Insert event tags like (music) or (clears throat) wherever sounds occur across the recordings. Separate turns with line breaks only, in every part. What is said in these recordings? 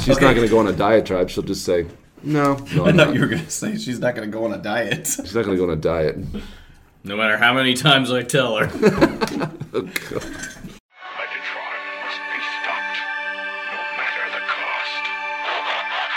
She's
Okay.
not going to go on a diatribe. She'll just say, no, no,
I
I'm
thought
not.
you were gonna say she's not gonna go on a diet. (laughs)
She's not going to go on a diet.
No matter how many times I tell her.
Megatron must be stopped, no matter the cost.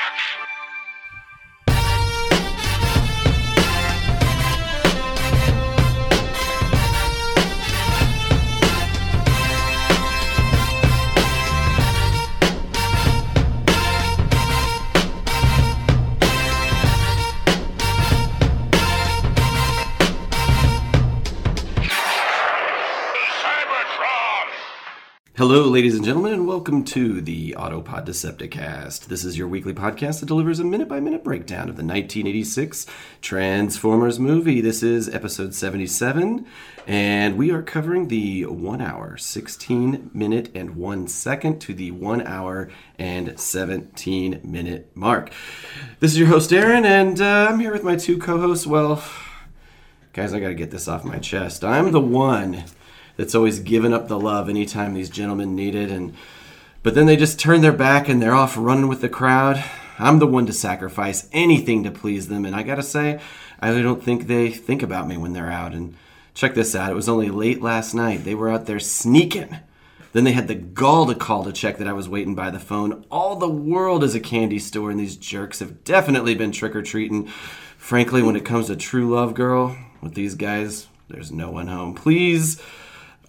Cybertron!
Hello, ladies and gentlemen, and welcome to the Autopod Decepticast. This is your weekly podcast that delivers a minute by minute breakdown of the 1986 Transformers movie. This is episode 77, and we are covering the 1 hour, 16 minute, and 1 second to the 1 hour and 17 minute mark. This is your host, Aaron, and uh, I'm here with my two co hosts. Well, Guys, I gotta get this off my chest. I'm the one that's always given up the love anytime these gentlemen need it, and but then they just turn their back and they're off running with the crowd. I'm the one to sacrifice anything to please them, and I gotta say, I really don't think they think about me when they're out. And check this out, it was only late last night. They were out there sneaking. Then they had the gall to call to check that I was waiting by the phone. All the world is a candy store, and these jerks have definitely been trick or treating. Frankly, when it comes to true love, girl, with these guys, there's no one home. Please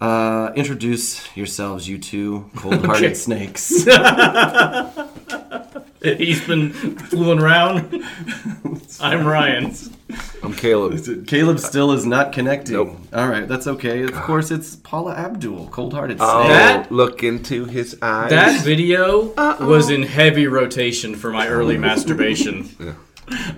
uh, introduce yourselves, you two cold hearted
(laughs) Okay.
snakes.
He's been fooling around. I'm Ryan.
I'm Caleb.
Caleb still is not connecting.
Nope.
All right, that's okay. Of course, it's Paula Abdul, cold hearted
Oh,
snake.
That-
look into his eyes.
That video was in heavy rotation for my early masturbation.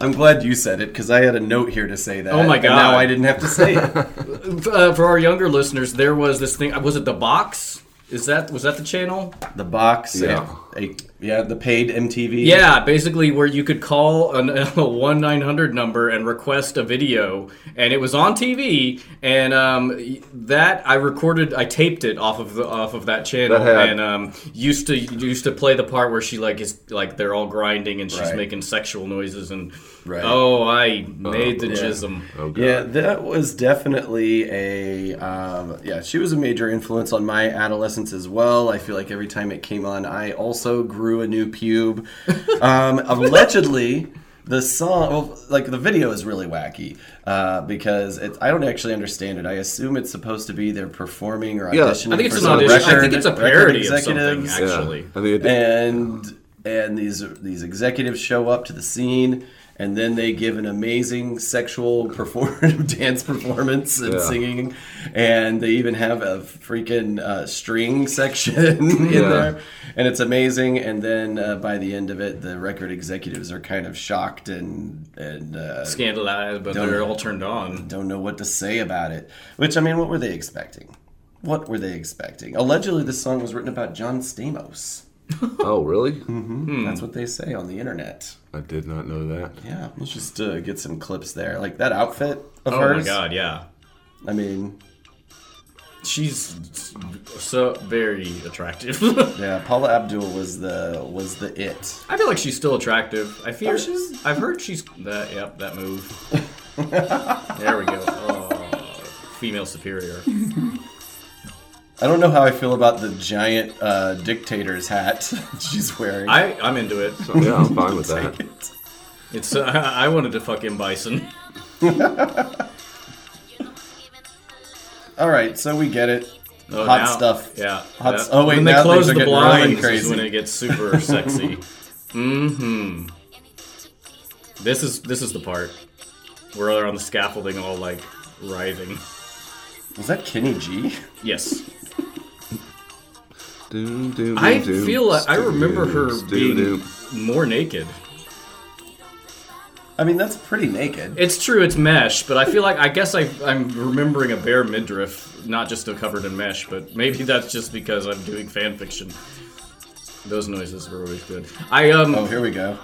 I'm glad you said it because I had a note here to say that.
Oh my
and now
God.
I didn't have to say
(laughs)
it.
Uh, for our younger listeners, there was this thing. Was it the box? Is that was that the channel?
The box.
Yeah.
A, a- yeah, the paid MTV.
Yeah, basically where you could call an, (laughs) a one nine hundred number and request a video, and it was on TV. And um, that I recorded, I taped it off of the off of that channel,
That had-
and um, used to used to play the part where she like is like they're all grinding and she's
Right.
making sexual noises and
Right.
oh I made the jism.
Oh, God.
Yeah, that was definitely a um, yeah. She was a major influence on my adolescence as well. I feel like every time it came on, I also grew a new pube. Um, allegedly, the song, well, like the video is really wacky uh, because it, I don't actually understand it. I assume it's supposed to be they're performing or
Yeah, I
auditioning.
I think it's
for
an
some
audition. I
record-
think it's a
record
parody of something
executives
Yeah.
actually.
I mean, it,
and and these these executives show up to the scene and then they give an amazing sexual (laughs) perform- dance performance and
Yeah.
singing and they even have a freaking uh, string (laughs) section in
Yeah.
there and it's amazing and then uh, by the end of it the record executives are kind of shocked and and uh,
Scandalized, but they're all turned on.
don't know what to say about it which i mean what were they expecting what were they expecting allegedly this song was written about john stamos
oh, really?
Hmm.
that's what they say on the internet.
I did not know that.
Yeah, let's just uh, get some clips there. Like that outfit of
Oh
hers.
my god, yeah.
I mean,
She's so very attractive. (laughs)
yeah, Paula Abdul was the was the it.
I feel like she's still attractive. I fear
Oh, she's-
I've heard she's that. Yep, that move.
(laughs)
there we go. Oh, female superior.
I don't know how I feel about the giant uh, dictator's hat (laughs) she's wearing.
I I'm into it.
So, yeah, I'm fine with (laughs) that.
It-
It's uh, I wanted to fuck him bison.
All right, so we get it.
Oh,
Hot
now-
stuff.
Yeah.
Hot
that-
s- oh, wait,
when they
now
close
things are
the
getting really
blinds is
crazy.
when it gets
(laughs)
super sexy. mm-hmm. This is this is the part where they're on the scaffolding, all like writhing.
Was that Kenny G?
Yes.
Doom, doom,
I
doom, doom,
feel like I
doom,
remember her
doom,
being
doom.
more naked.
I mean, that's pretty naked.
It's true, it's mesh, but I feel like I guess I, I'm remembering a bare midriff, not just a covered in mesh, but maybe that's just because I'm doing fan fiction. Those noises were always good. I um
Oh, here we go.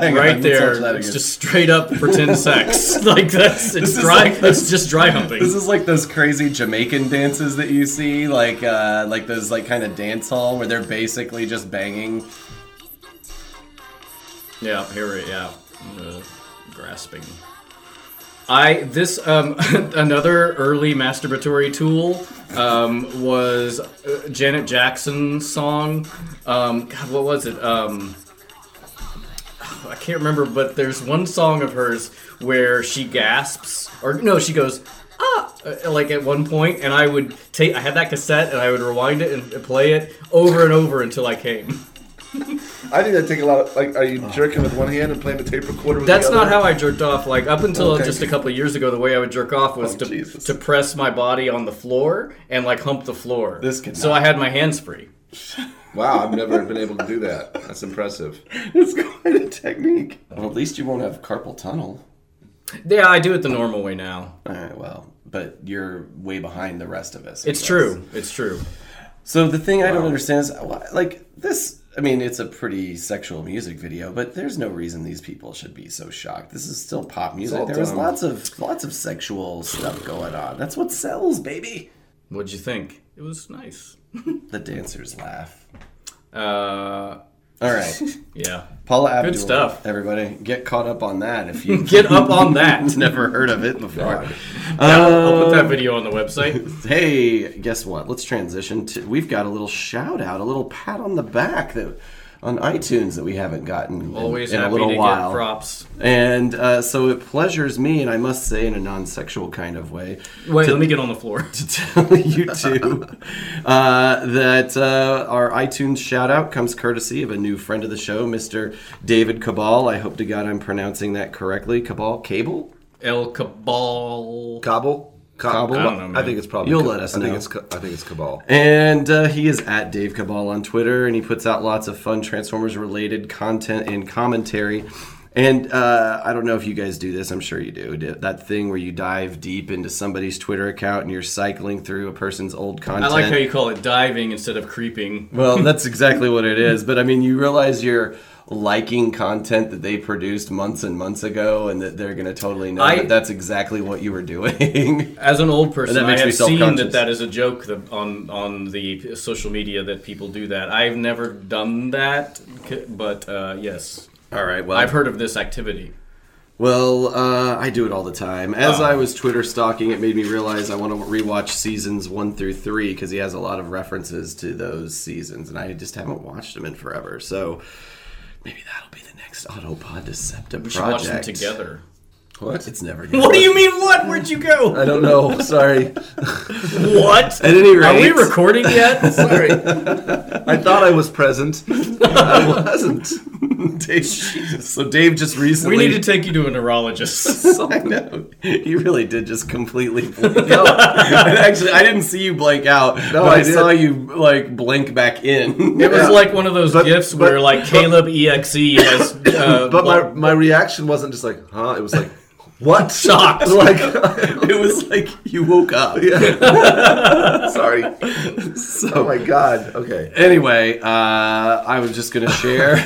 (laughs) Hang on, let's
right
watch that
there.
again.
It's just straight up pretend sex. (laughs) like that's it's
This is
dry.
like this-
it's just dry humping.
This is like those crazy Jamaican dances that you see, like uh, like those like kind of dance hall where they're basically just banging.
Yeah, here it. Yeah, Uh, grasping. I this um (laughs) another early masturbatory tool um was uh, Janet Jackson's song. Um, God, what was it? Um. (sighs) I can't remember, but there's one song of hers where she gasps, or no, she goes, ah, uh, like at one point, and I would take, I had that cassette, and I would rewind it and play it over and over until I came. (laughs)
I think that take a lot of like. Are you jerking with one hand and playing the tape recorder? With
That's
the other?
not how I jerked off. Like up until
Okay.
just a couple of years ago, the way I would jerk off was
Oh,
to
Jesus.
to press my body on the floor and like hump the floor.
This cannot-
so I had my hands free.
Wow, I've never been able to do that. That's impressive.
(laughs) It's quite a technique. Well, at least you won't have carpal tunnel.
Yeah, I do it the normal way now.
All right, well, but you're way behind the rest of us. I
It's
guess.
true. It's true.
So the thing I don't understand is, why- like, this. I mean, it's a pretty sexual music video, but there's no reason these people should be so shocked. This is still pop music.
all
There was
dumb.
lots of lots of sexual stuff going on. That's what sells, baby.
What'd you think? It was nice.
The dancers laugh.
Uh,
All
(laughs)
right,
yeah.
Paula Abdul.
stuff.
Everybody, get caught up on that
(laughs)
if you
Get up
(laughs)
on that.
never heard of it before.
I'll
Uh,
put that video on the website.
Hey, guess what? Let's transition to. We've got a little shout out, a little pat on the back that on iTunes that we haven't gotten in- (laughs)
Always
in,
happy
a little
to
while.
get props.
And uh, so it pleasures me, and I must say, in a non-sexual kind of way, (laughs)
Wait, let me get on the floor.
to tell you
(laughs)
two uh, that uh, our iTunes shout out comes courtesy of a new friend of the show, Mr. David Cabal. I hope to God I'm pronouncing that correctly. Cabal, Cable.
El Cabal.
Cabal? Ca-
Cabal?
I don't know, man.
think it's probably.
You'll let us
I
know.
Think it's, Ca- I think it's Cabal.
And uh, he is at Dave Cabal on Twitter, and he puts out lots of fun Transformers related content and commentary. And uh, I don't know if you guys do this, I'm sure you do. d- That thing where you dive deep into somebody's Twitter account and you're cycling through a person's old
I
content.
like how you call it diving instead of creeping.
Well, that's exactly what it is. But I mean, you realize you're liking content that they produced months and months ago, and that they're going to totally know
I-
that that's exactly what you were doing. (laughs)
As an old person,
And that
I
makes me
have seen that
self-conscious.
that is a joke that on on the social media that people do that. I've never done that, c- but uh, yes,
All right. Well,
I've heard of this activity.
Well, uh, I do it all the time. As
Oh.
I was Twitter stalking, it made me realize I want to rewatch seasons one through three because he has a lot of references to those seasons, and I just haven't watched them in forever. So maybe that'll be the next Autopod Decepta
We should
project.
watch them together.
What?
It's never.
(laughs) What do you mean? What? Where'd you
I
(laughs)
go?
don't know. Sorry.
What?
At any rate,
Are we recording yet? Sorry.
I thought I was
(laughs)
present.
I wasn't. (laughs) Dave, so Dave just recently.
We
(laughs)
need to take you to a neurologist.
I know. You really did just
(laughs)
completely blink out. And actually, I didn't see you blink out. No,
I
I,
did.
saw you like blink back in.
It was like one of those
But-
gifts
but-
where like Caleb EXE has uh,
But my,
well,
my reaction wasn't just like, huh? It was like, what? (laughs)
shocked.
Like, (laughs)
it was like you woke up.
sorry. Oh
So
my god. Okay.
(laughs) anyway, uh, I was just gonna share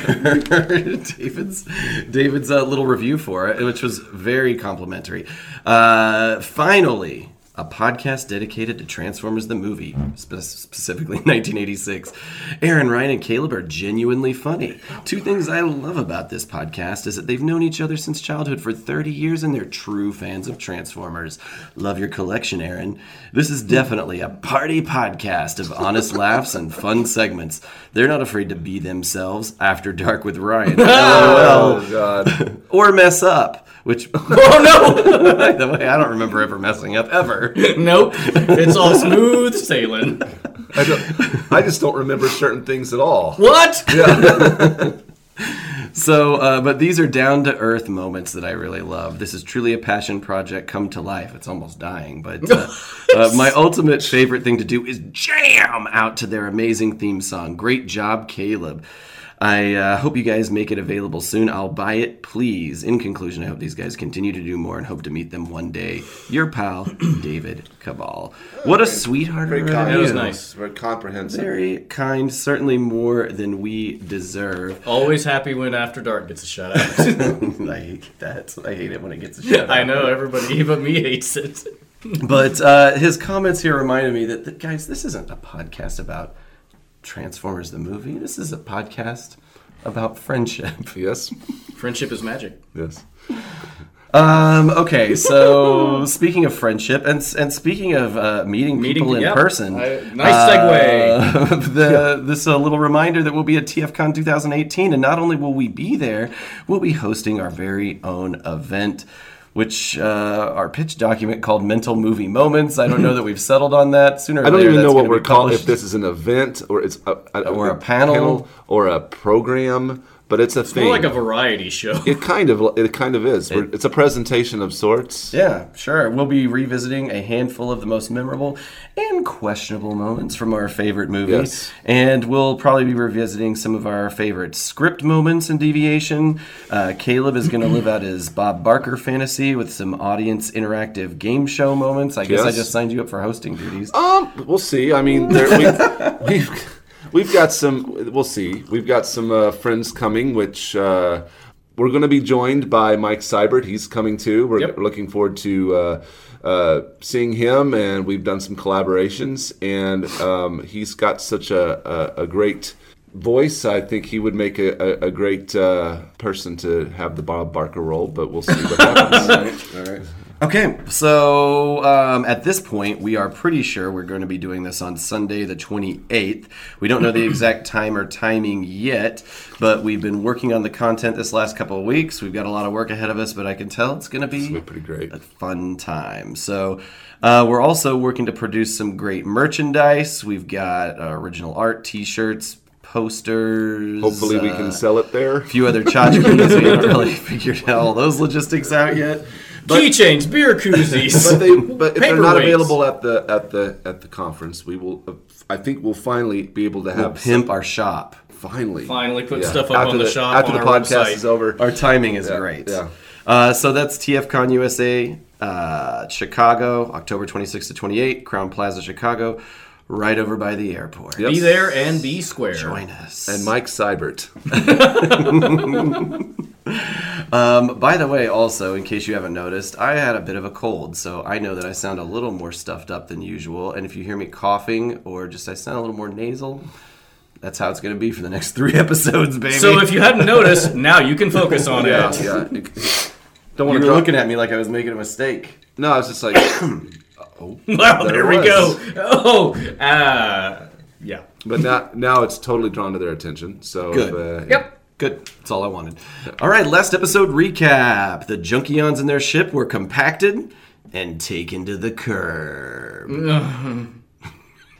(laughs) David's David's uh, little review for it, which was very complimentary. Uh, finally. A podcast dedicated to Transformers the movie, spe- specifically (laughs) 1986. Aaron Ryan and Caleb are genuinely funny. Two things I love about this podcast is that they've known each other since childhood for 30 years and they're true fans of Transformers. Love your collection, Aaron. This is definitely a party podcast of honest laughs and fun segments. They're not afraid to be themselves after dark with Ryan. LOL.
Oh god.
Or mess up, which (laughs)
Oh
the way I don't remember ever messing up ever.
no! nope. It's all smooth sailing.
I, don't, I just don't remember certain things at all.
What?
So, uh, but these are down to earth moments that I really love. This is truly a passion project come to life. It's almost dying, but
(laughs)
uh, uh, my ultimate favorite thing to do is jam out to their amazing theme song. Great job, Caleb. I uh, hope you guys make it available soon. I'll buy it, please. In conclusion, I hope these guys continue to do more and hope to meet them one day. Your pal, (clears throat) David Cabal. What a sweetheart! of a
Very kind.
That was
review.
nice.
Very comprehensive.
Very kind, certainly more than we deserve.
Always happy when After Dark gets a shout
(laughs)
out.
I hate that. I hate it when it gets a shit.
I know everybody (laughs) but me hates it.
But uh, his comments here reminded me that, that, guys, this isn't a podcast about Transformers the movie. This is a podcast about friendship. (laughs)
Yes.
Friendship is magic.
Yes.
Um, okay,
(laughs)
so speaking of friendship and and speaking of uh, meeting,
Meeting-
people in
yep.
person,
I- nice
(laughs)
segue.
uh, the, This a little reminder that we'll be at TFCon 2018, and not only will we be there, we'll be hosting our very own event. Which uh, our pitch document called "Mental Movie Moments." I don't know that we've settled on that. Sooner or
I don't
later,
even
that's
know what
gonna
we're
be
calling. If
published.
this is an event or it's a,
Or a panel.
or a program, but it's a thing.
More like a variety show.
it kind of it kind of is. We're- it's a presentation of sorts.
Yeah, sure. We'll be revisiting a handful of the most memorable and questionable moments from our favorite movies.
Yes.
And we'll probably be revisiting some of our favorite script moments and deviation. Uh, Caleb is going to live out his Bob Barker fantasy with some audience interactive game show moments. I guess I
Yes.
just signed you up for hosting duties.
Um, we'll see. I mean, there, we, we've we've got some. We'll see. We've got some uh, friends coming, which uh, we're going to be joined by Mike Seibert. He's coming too. We're
Yep.
looking forward to uh, uh, seeing him, and we've done some collaborations. And um, he's got such a, a, a great voice. I think he would make a, a, a great uh, person to have the Bob Barker role. But we'll see what happens.
All right.
Okay, so um, at this point, we are pretty sure we're going to be doing this on Sunday, the 28th. We don't know the exact time or timing yet, but we've been working on the content this last couple of weeks. We've got a lot of work ahead of us, but I can tell it's going to be
Pretty great.
a fun time. So, uh, we're also working to produce some great merchandise. We've got uh, original art, t shirts, posters.
Hopefully, we
uh,
can sell it there.
a
(laughs)
few other tchotchkes. we haven't really figured all those logistics out yet.
Keychains, beer koozies.
but
(laughs)
they, but if they're not
Paperweights.
available at the at the at the conference, we will. Uh, I think we'll finally be able to have
Pimp our shop.
finally
(laughs) Finally put stuff up on the shop
after
on
the
our
podcast
website.
is over.
Our timing is great.
yeah.
Uh, so that's TFCon USA, uh, Chicago, October 26 to 28, Crown Plaza, Chicago, right over by the airport.
Yep.
be there and be square.
Join us.
and Mike
(laughs)
Seibert.
um, by the way, also, in case you haven't noticed, I had a bit of a cold, so I know that I sound a little more stuffed up than usual. And if you hear me coughing or just I sound a little more nasal, that's how it's going to be for the next (laughs) three episodes, baby.
So if you hadn't noticed, now you can focus on
Yeah,
(laughs) it.
yeah. Don't
you
want
were
to drop.
looking at me like I was making a mistake.
No, I was just like, (clears throat)
Wow,
There
there, we
it was.
go. Oh, uh, yeah.
but now now it's totally drawn to their attention. So
Good.
Uh,
Yep.
Good. That's all I wanted. All right, last episode recap. The Junkions and their ship were compacted and taken to the
Mm.
curb.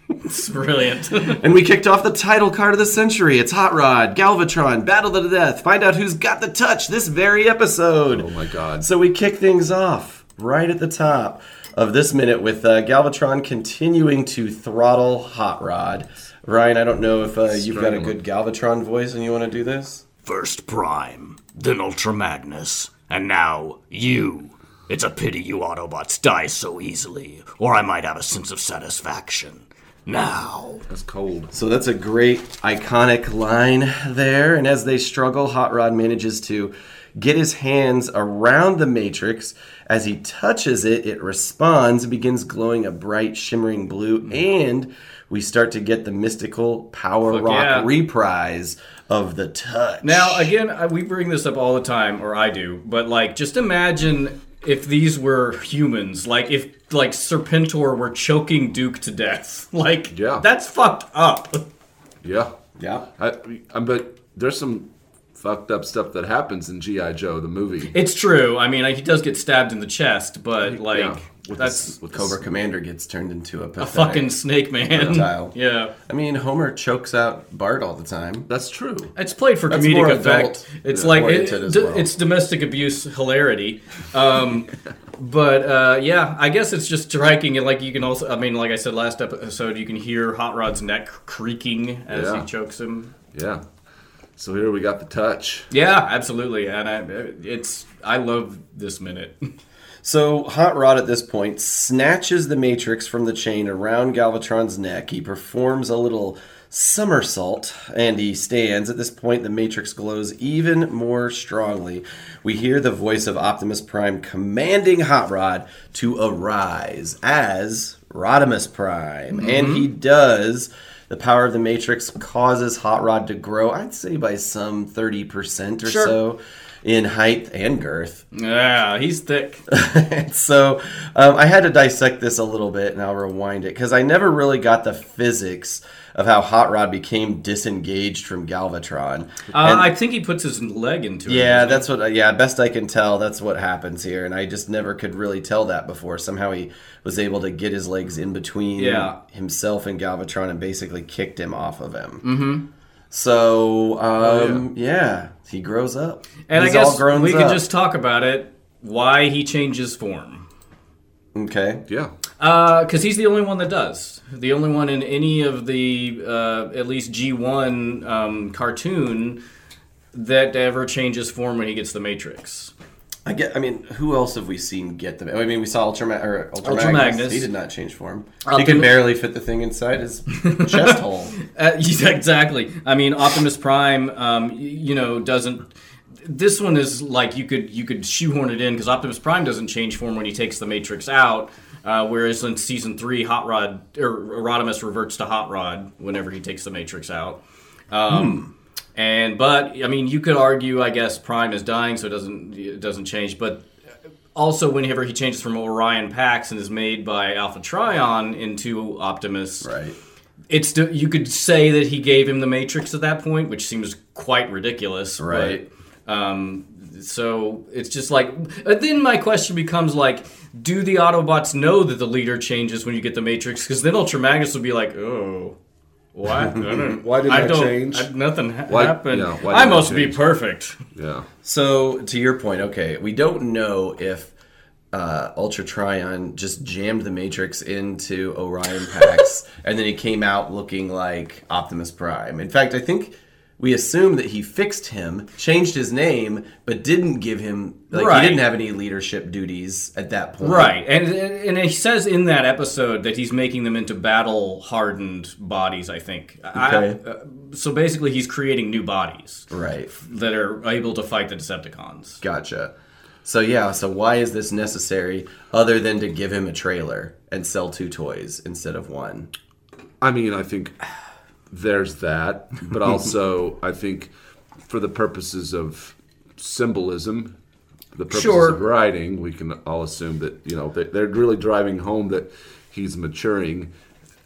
It's brilliant. (laughs)
And we kicked off the title card of the century. It's Hot Rod, Galvatron, Battle to the Death. Find out who's got the touch this very episode.
Oh my God.
So we kick things off right at the top of this minute with uh, Galvatron continuing to throttle Hot Rod. Ryan, I don't know if uh, you've got a good Galvatron voice and you want to do this.
First Prime, then Ultra Magnus, and now you. It's a pity you Autobots die so easily, or I might have a sense of satisfaction. Now.
That's cold.
So that's a great iconic line there. And as they struggle, Hot Rod manages to get his hands around the Matrix. As he touches it, it responds and begins glowing a bright, shimmering blue.
Mm-hmm.
And we start to get the mystical Power Rock
yeah.
reprise of the touch.
Now, again, I- we bring this up all the time, or I do, but like, just imagine if these were humans. Like, if like Serpentor were choking Duke to death. (laughs) Like,
Yeah.
that's fucked up.
Yeah.
yeah.
I, I but there's some fucked up stuff that happens in GI Joe the movie.
It's true. I mean, he does get stabbed in the chest, but like,
yeah. With
that's
this, with this-
Cobra Commander gets turned into a pathetic.
fucking Snake Man.
Reptile.
(laughs) Yeah.
I mean, Homer chokes out Bart all the time.
That's true.
It's played for
That's
comedic
more adult
effect. It's like it,
oriented as
d-
well.
it's domestic abuse hilarity. Um,
(laughs)
but uh, yeah, I guess it's just striking. And like you can also, I mean, like I said last episode, you can hear Hot Rod's neck creaking as
Yeah.
he chokes him.
Yeah. So here we got the touch.
Yeah, absolutely. And I, it's I love this minute. (laughs)
So Hot Rod at this point snatches the matrix from the chain around Galvatron's neck. He performs a little somersault and he stands. At this point, the matrix glows even more strongly. We hear the voice of Optimus Prime commanding Hot Rod to arise as Rodimus Prime, and he does. The power of the Matrix causes Hot Rod to grow, I'd say, by some 30% or
Sure.
so in height and girth.
Yeah, he's thick. Uh,
And (laughs) so um, I had to dissect this a little bit and I'll rewind it because I never really got the physics of how Hot Rod became disengaged from Galvatron.
Uh, I think he puts his leg into it.
Yeah, that's what. uh, Yeah, best I can tell, that's what happens here, and I just never could really tell that before. Somehow he was able to get his legs in between
Yeah.
himself and Galvatron, and basically kicked him off of him. Mm-hmm. So, um, yeah. he grows up,
Oh, And
He's
I
all
guess
grown
we
up.
can just talk about it. Why he changes form?
okay.
Yeah.
Because Uh, he's the only one that does. The only one in any of the uh, at least G1 um, cartoon that ever changes form when he gets the Matrix.
I get. I mean, who else have we seen get them? I mean, we saw Ultraman or Ultra,
Ultra
Magnus.
Magnus.
He did not change form. he
Optimus-
could barely fit the thing inside (laughs) his chest hole.
(laughs) Uh, yeah, exactly. I mean, Optimus Prime, um, y- you know, doesn't. This one is like you could you could shoehorn it in because Optimus Prime doesn't change form when he takes the Matrix out. Uh, whereas in season three, Hot Rod or Rodimus reverts to Hot Rod whenever he takes the Matrix out. Um, And but I mean, you could argue, I guess, Prime is dying, so it doesn't it doesn't change. But also, whenever he changes from Orion Pax and is made by Alpha Trion into Optimus,
Right.
it's still- you could say that he gave him the Matrix at that point, which seems quite ridiculous,
Right.
But, um, so it's just like uh, then my question becomes like, do the Autobots know that the leader changes when you get the Matrix? Because then Ultra Magnus would be like, oh.
(laughs)
What? I don't,
Why didn't
I
I
don't-
change?
I- nothing ha-
Why-
happened.
yeah, why
I
didn't I
must be
change?
perfect.
Yeah.
So to your point, okay, we don't know if uh, Ultra Tryon just jammed the Matrix into (laughs) Orion Pax, and then he came out looking like Optimus Prime. In fact, I think we assume that he fixed him, changed his name, but didn't give him like
Right.
he didn't have any leadership duties at that point.
Right, and and he says in that episode that he's making them into battle hardened bodies. I think. I-
Okay.
uh, so basically, he's creating new bodies
Right.
that are able to fight the Decepticons.
Gotcha. So yeah, so why is this necessary other than to give him a trailer and sell two toys instead of one?
I mean, I think there's that, but also
(laughs)
I think for the purposes of symbolism, the purposes
Sure.
of writing, we can all assume that you know they- they're really driving home that he's maturing,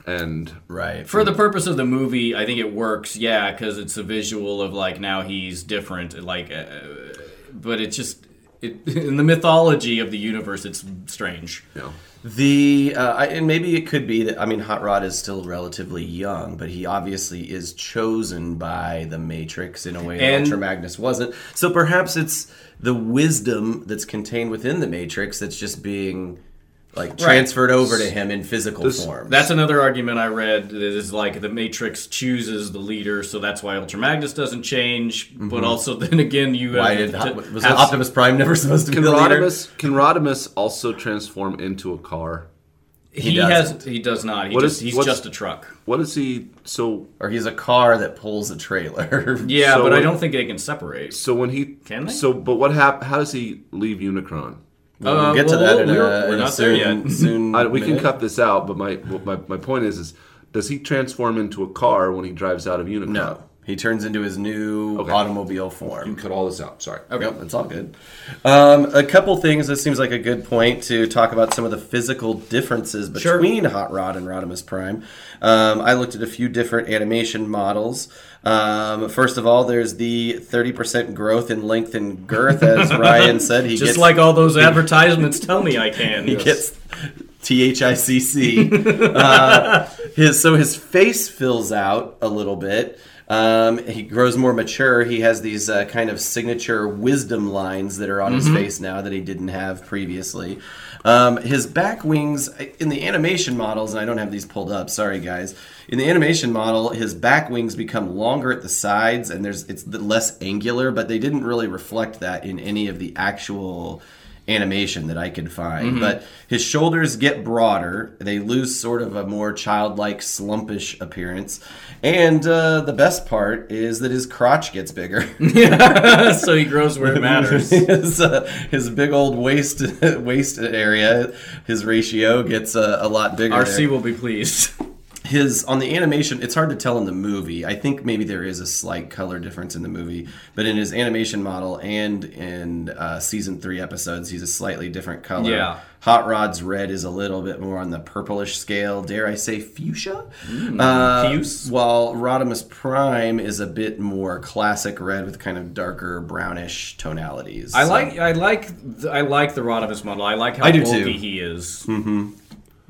and
Right.
For the purpose of the movie, I think it works. Yeah, because it's a visual of like now he's different. Like, uh, but it's just it, (laughs) in the mythology of the universe, it's strange.
you know,
The uh, I, and maybe it could be that I mean Hot Rod is still relatively young, but he obviously is chosen by the Matrix in a way that
And-
Ultra Magnus wasn't. So perhaps it's the wisdom that's contained within the Matrix that's just being like transferred over to him in physical form.
That's another argument I read that is like the Matrix chooses the leader, so that's why Ultra Magnus doesn't change. But also, then again, you
Mm-hmm. why
have
did
to
Hot, was
have-
Optimus Prime never supposed to be
can
the leader?
Rodimus can Rodimus also transform into a car?
He,
doesn't.
has. He does not. He
What
just,
is-
he's
what's-
just a truck.
What is he? So
Or he's a car that pulls a trailer. (laughs)
Yeah,
So
but I
it-
don't think they can separate.
so when he
Can they?
so but what hap- How does he leave Unicron?
we'll get to
Uh, well,
that in a,
we're- we're
in a
not there
soon. (laughs)
yet.
soon
I, Uh, we can
minute.
cut this out, but my, my my point is is does he transform into a car when he drives out of Unicron?
No, he turns into his new
Okay.
automobile form.
cut all this out. Sorry.
Okay, it's all good. Um, a couple things. This seems like a good point to talk about some of the physical differences
Sure.
between Hot Rod and Rodimus Prime. Um, I looked at a few different animation models. Um, first of all, there's the 30% growth in length and girth,
(laughs)
as Ryan said. He
Just
gets,
like all those advertisements tell me I can.
he gets T H I C C. Uh, His so his face fills out a little bit. Um, he grows more mature. He has these uh, kind of signature wisdom lines that are on his face now that he didn't have previously. Um, his back wings in the animation models, and I don't have these pulled up. Sorry, guys. In the animation model, his back wings become longer at the sides, and there's it's the less angular. But they didn't really reflect that in any of the actual animation that I could find. But his shoulders get broader; they lose sort of a more childlike, slumpish appearance. And uh, the best part is that his crotch gets bigger. (laughs)
(laughs) so he grows where it matters.
his, uh, his big old waist (laughs) waist area, his ratio gets uh, a lot bigger. there.
(laughs) RC will be pleased.
his on the animation it's hard to tell in the movie i think maybe there is a slight color difference in the movie but in his animation model and in uh, season three episodes he's a slightly different color
Yeah.
hot rod's red is a little bit more on the purplish scale dare i say fuchsia
Hmm.
uh,
fuse.
while rodimus prime is a bit more classic red with kind of darker brownish tonalities
I
So-
like I like th- I like the Rodimus model. I like how
I do
bulky
too. Hmm.
he is.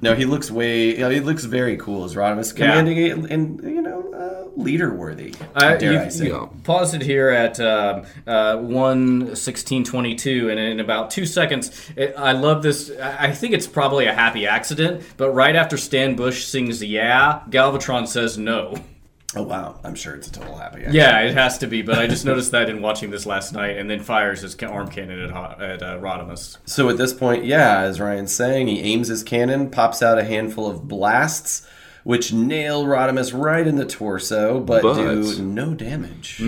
No, he looks way. yeah, he looks very cool as Rodimus, commanding and, and you know, uh, leader worthy.
I,
dare
Uh, you,
I say?
Yeah.
you paused it here at um, uh, one sixteen twenty two, and in about two seconds, it, I love this. I I think it's probably a happy accident, but right after Stan Bush sings "Yeah," Galvatron says "No." (laughs)
Oh wow, I'm sure it's a total happy. accident.
Yeah, it has to be. But I just noticed that in watching this last night, and then fires his ca- arm cannon at, Ho- at uh, Rodimus.
So at this point, yeah, as Ryan's saying, he aims his cannon, pops out a handful of blasts, which nail Rodimus right in the torso, but,
But- Mm-hmm.
do no damage.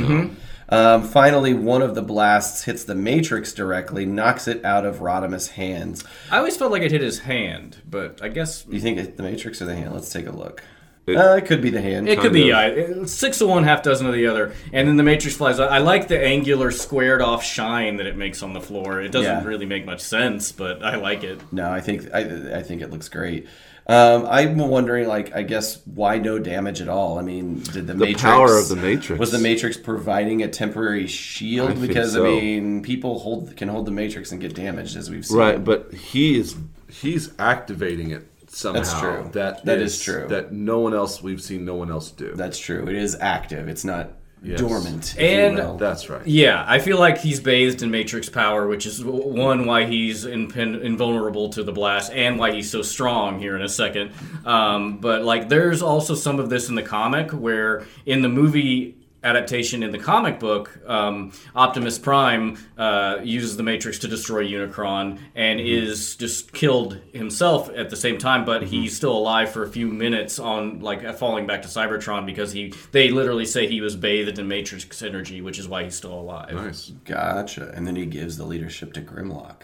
Um, finally, one of the blasts hits the Matrix directly, knocks it out of Rodimus' hands.
I always felt like it hit his hand, but I guess
Do you think it's the Matrix or the hand? Let's take a look.
It-
uh, it could be the hand.
It could
kind
be
of-
yeah, it- six of one, half dozen of the other, and then the Matrix flies. I, I like the angular, squared-off shine that it makes on the floor. It doesn't
Yeah.
really make much sense, but I like it.
No, I think I, I think it looks great. Um, I'm wondering, like, I guess why no damage at all? I mean, did
The
the, Matrix
power of the Matrix.
was the Matrix providing a temporary shield?
I think
because I
so.
mean, people hold can hold the Matrix and get damaged, as we've seen.
Right, but he is he's activating it somehow.
true.
That
That is true.
That no one else we've seen no one else do.
That's true. It is active. It's not
Yes.
dormant. if
And-
you will.
That's right.
Yeah, I feel like he's bathed in Matrix power, which is w- one why he's impen- invulnerable to the blast, and why he's so strong. Here in a second, um, but like, there's also some of this in the comic, where in the movie adaptation in the comic book, um, Optimus Prime uh, uses the Matrix to destroy Unicron and is just killed himself at the same time, but he's still alive for a few minutes on like uh, falling back to Cybertron because he they literally say he was bathed in Matrix energy, which is why he's still alive.
Nice.
Gotcha. And then he gives the leadership to Grimlock,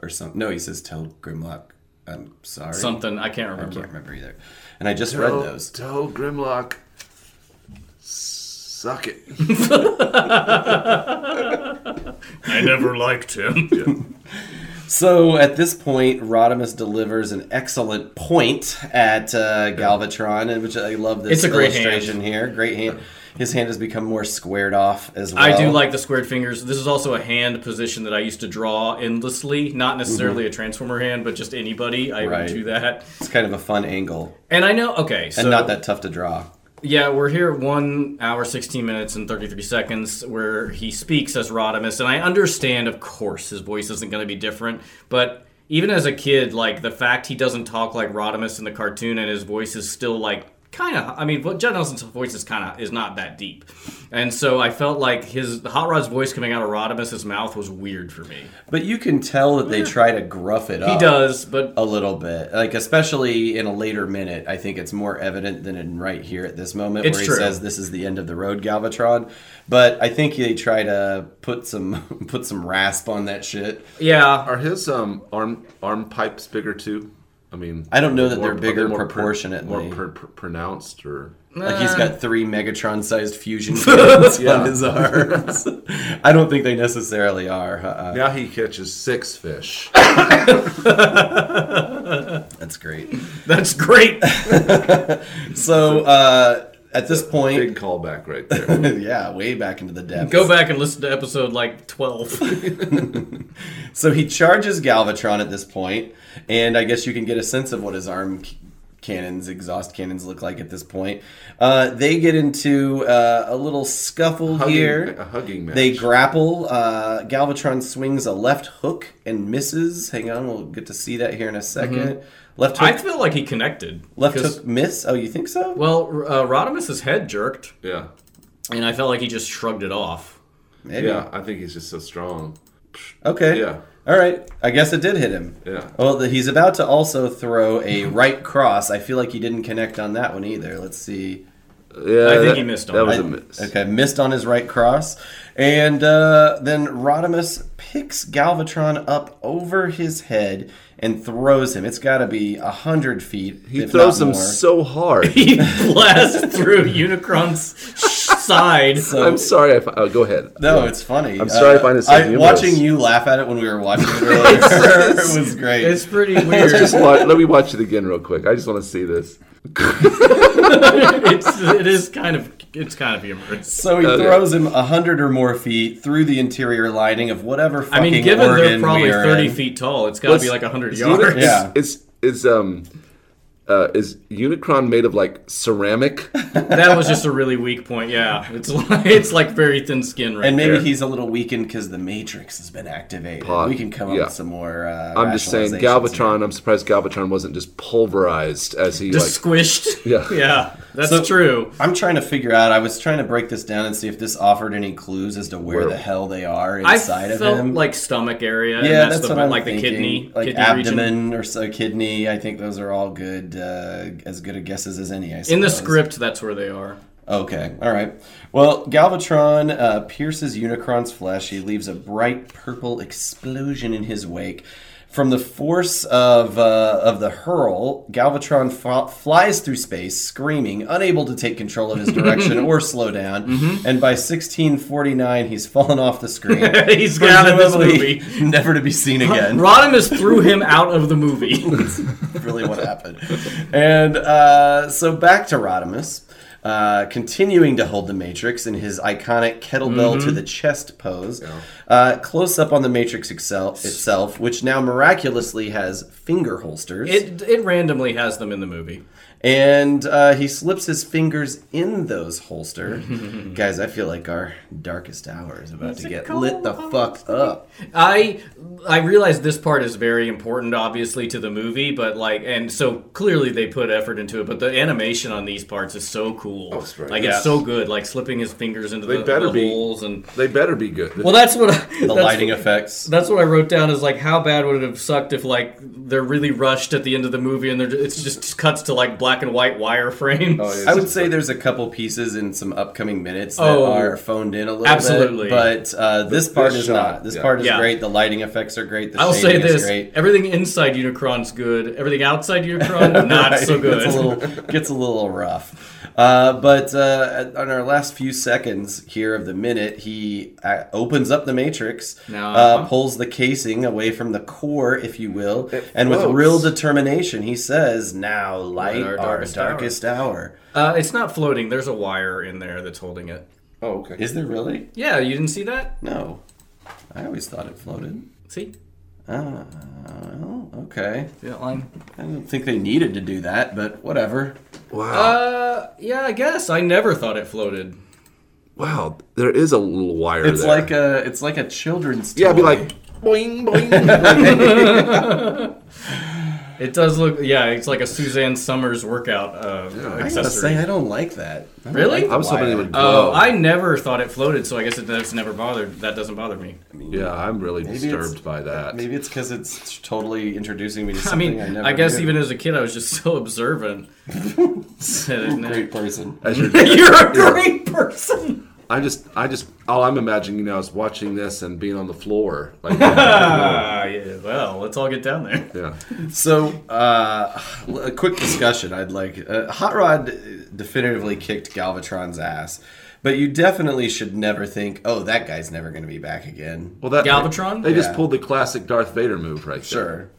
or something. No, he says, "Tell Grimlock, I'm sorry."
Something I can't
I
remember.
can't remember either. And I just read
Tell-
those.
Tell Grimlock, suck it.
I never liked him.
So at this point, Rodimus delivers an excellent point at uh, Galvatron, and which I love this
It's a great
illustration here. Great hand. His hand has become more squared off as well.
(laughs) I do like the squared fingers. This is also a hand position that I used to draw endlessly. Not necessarily a transformer hand, but just anybody. I
Right.
would do that.
It's kind of a fun angle
And I know. Okay, so
and not that tough to draw.
Yeah, we're here at one hour, sixteen minutes, and thirty-three seconds, where he speaks as Rodimus, and I understand, of course, his voice isn't going to be different, but even as a kid, like the fact he doesn't talk like Rodimus in the cartoon, and his voice is still like kind of. I mean, Judd Nelson's voice is kind of is not that deep, and so I felt like his Hot Rod's voice coming out of Rodimus's mouth was weird for me.
But you can tell that they try to gruff it up.
He does, but
a little bit, like especially in a later minute. I think it's more evident than in right here at this moment,
It's
where
true.
he says, "This is the end of the road, Galvatron." But I think they try to put some (laughs) put some rasp on that shit.
yeah,
uh,
Are his um arm arm pipes bigger too? I mean,
I don't know that
more-
they're
are
bigger
more pro-
proportionately.
more pr- pr- pronounced or
Like he's got three
(laughs)
Megatron-sized fusion cannons on his arms. I don't think they necessarily are. Uh-uh.
now he catches six
(laughs)
fish.
That's great.
that's great.
So uh, at this point, (laughs)
Big callback right there.
yeah, way back into the depths.
Go back and listen to episode like twelve.
(laughs) So he charges Galvatron at this point, and I guess you can get a sense of what his arm c- cannons, exhaust cannons look like at this point. Uh, they get into uh, a little scuffle
Hugging-
here.
a hugging match.
They grapple. Uh, Galvatron swings a left hook and misses. Hang on, we'll get to see that here in a 2nd Left
Mm-hmm. I
hook,
feel like he connected.
left
because-
hook miss. Oh, you think so?
Well, uh, Rodimus's head jerked,
yeah,
and I felt like he just shrugged it off. (laughs)
Maybe.
yeah. I think he's just so strong.
Okay.
Yeah.
All right. I guess it did hit him.
Yeah.
Well, the, he's about to also throw a right cross. I feel like he didn't connect on that one either. Let's see.
Yeah,
I think he missed on
That
it.
was a
I-
miss.
Okay, missed on his right cross. And uh, then Rodimus picks Galvatron up over his head and throws him. It's got to be a hundred feet.
He throws him so hard.
(laughs) He blasts through Unicron's side.
I'm sorry. If, oh, go ahead.
No, it's funny. I'm
sorry I find it so humorous.
Watching you laugh at it when we were watching it earlier (laughs) it was great.
It's pretty
Let's
weird.
just watch, let me watch it again real quick. I just want to see this.
it's it is kind of it's kind of humorous.
so
Oh,
he throws him a hundred or more feet through the interior lining of whatever fucking
I mean, given
organ
they're probably
we are
thirty
in.
feet tall, it's got to be like hundred yards.
Yeah.
Is is um uh, is Unicron made of like ceramic?
(laughs) That was just a really weak point. Yeah, it's (laughs) like, it's like very thin skin right
And maybe
there.
he's a little weakened because the Matrix has been activated.
Pot-
we can come up
yeah.
with some more. Uh,
I'm just saying,
rationalizations here.
Galvatron. I'm surprised Galvatron wasn't just pulverized as he
just
like.
(laughs)
squished.
Yeah.
(laughs) yeah, that's
So-
true.
I'm trying to figure out. I was trying to break this down and see if this offered any clues as to where,
Where-
the hell they are
I
inside
felt
of him.
like stomach area. and
yeah,
that's,
that's,
the,
what I'm
like
thinking.
the kidney,
like
kidney region.
abdomen or so kidney. I think those are all good, uh, as good a guesses as any. I
In the
suppose.
script, that's where they are.
Okay, all right. Well, Galvatron uh, pierces Unicron's flesh. He leaves a bright purple explosion in his wake. From the force of uh, of the hurl, Galvatron fa- flies through space, screaming, unable to take control of his
(laughs)
direction or slow down.
Mm-hmm.
And by 1649, he's fallen off the screen.
(laughs) He's
(laughs)
out of this
Presumably (laughs)
movie.
never to be
(laughs)
seen again
Rodimus threw him out of the movie. (laughs)
really what happened. And uh, so back to Rodimus, uh, continuing to hold the Matrix in his iconic kettlebell to the chest pose, uh, close up on the Matrix itself, itself, which now miraculously has finger holsters.
it it randomly has them in the movie.
and uh, he slips his fingers in those holster. (laughs) Guys, I feel like our darkest hour is about to get lit the fuck up.
I I realize this part is very important, obviously, to the movie, but like, and so clearly they put effort into it. But the animation on these parts is so cool.
right.
Like
Yes.
Oh, it's so good. Like slipping his fingers into
They
the,
better
the
be.
holes and.
They better be good.
Well, that's what I,
The
(laughs) that's
lighting effects.
That's what I wrote down is like how bad would it have sucked if like they're really rushed at the end of the movie and they're ju- it's just cuts to like black and white wireframes.
yeah.
I would say there's a couple pieces in some upcoming minutes that
Oh,
are phoned in a little
absolutely.
bit. But uh, this part is
shot,
not. This
yeah.
part is
Yeah.
great. The lighting effects are great. The
I'll say
shading
this:
is great.
everything inside Unicron's good. Everything
(laughs)
outside Unicron, not so
Right.
good.
Gets a little, gets a little rough. Uh, but uh, on our last few seconds here of the minute, he uh, opens up the matrix,
Uh-huh.
uh, pulls the casing away from the core, if you will, and with
floats.
real determination, he says, "Now light
Light
our
our
darkest,
darkest hour."
hour."
Uh, it's not floating. There's a wire in there that's holding it.
oh, okay.
Is there really?
Yeah, you didn't see that?
No, I always thought it floated.
See?
Ah, well, okay.
See that line?
I don't think they needed to do that, but whatever.
Wow.
Uh, yeah, I guess. I never thought it floated.
wow. There is a little wire.
It's
there.
like a it's like a children's
yeah. It'd be
toy.
like boing boing.
It does look, yeah, it's like a Suzanne Summers workout uh,
I gotta say
accessory.
I don't like that. I don't
Really?
like
(laughs)
the
I was hoping they
wire.
would.
Oh,
glow.
I never thought it floated, so I guess it, that's never bothered. That doesn't bother me.
Yeah, I'm really
it's-
disturbed by that.
Maybe it's because it's totally introducing me to
(laughs) I
something I,
mean,
never.
I, guess
knew.
even as a kid, I was just
(laughs)
so observant. You're
great person.
As
(laughs)
you're-
a great person.
I just, I just, all I'm imagining now is watching this and being on the floor.
(laughs)
Like, yeah.
Ah, yeah, well, let's all get down there.
So, uh, a quick discussion. I'd like uh, Hot Rod definitively kicked Galvatron's ass, but you definitely should never think, "Oh, that guy's never going to be back again."
Well, that
Galvatron?
They just
Yeah.
pulled the classic Darth Vader move right there.
Sure.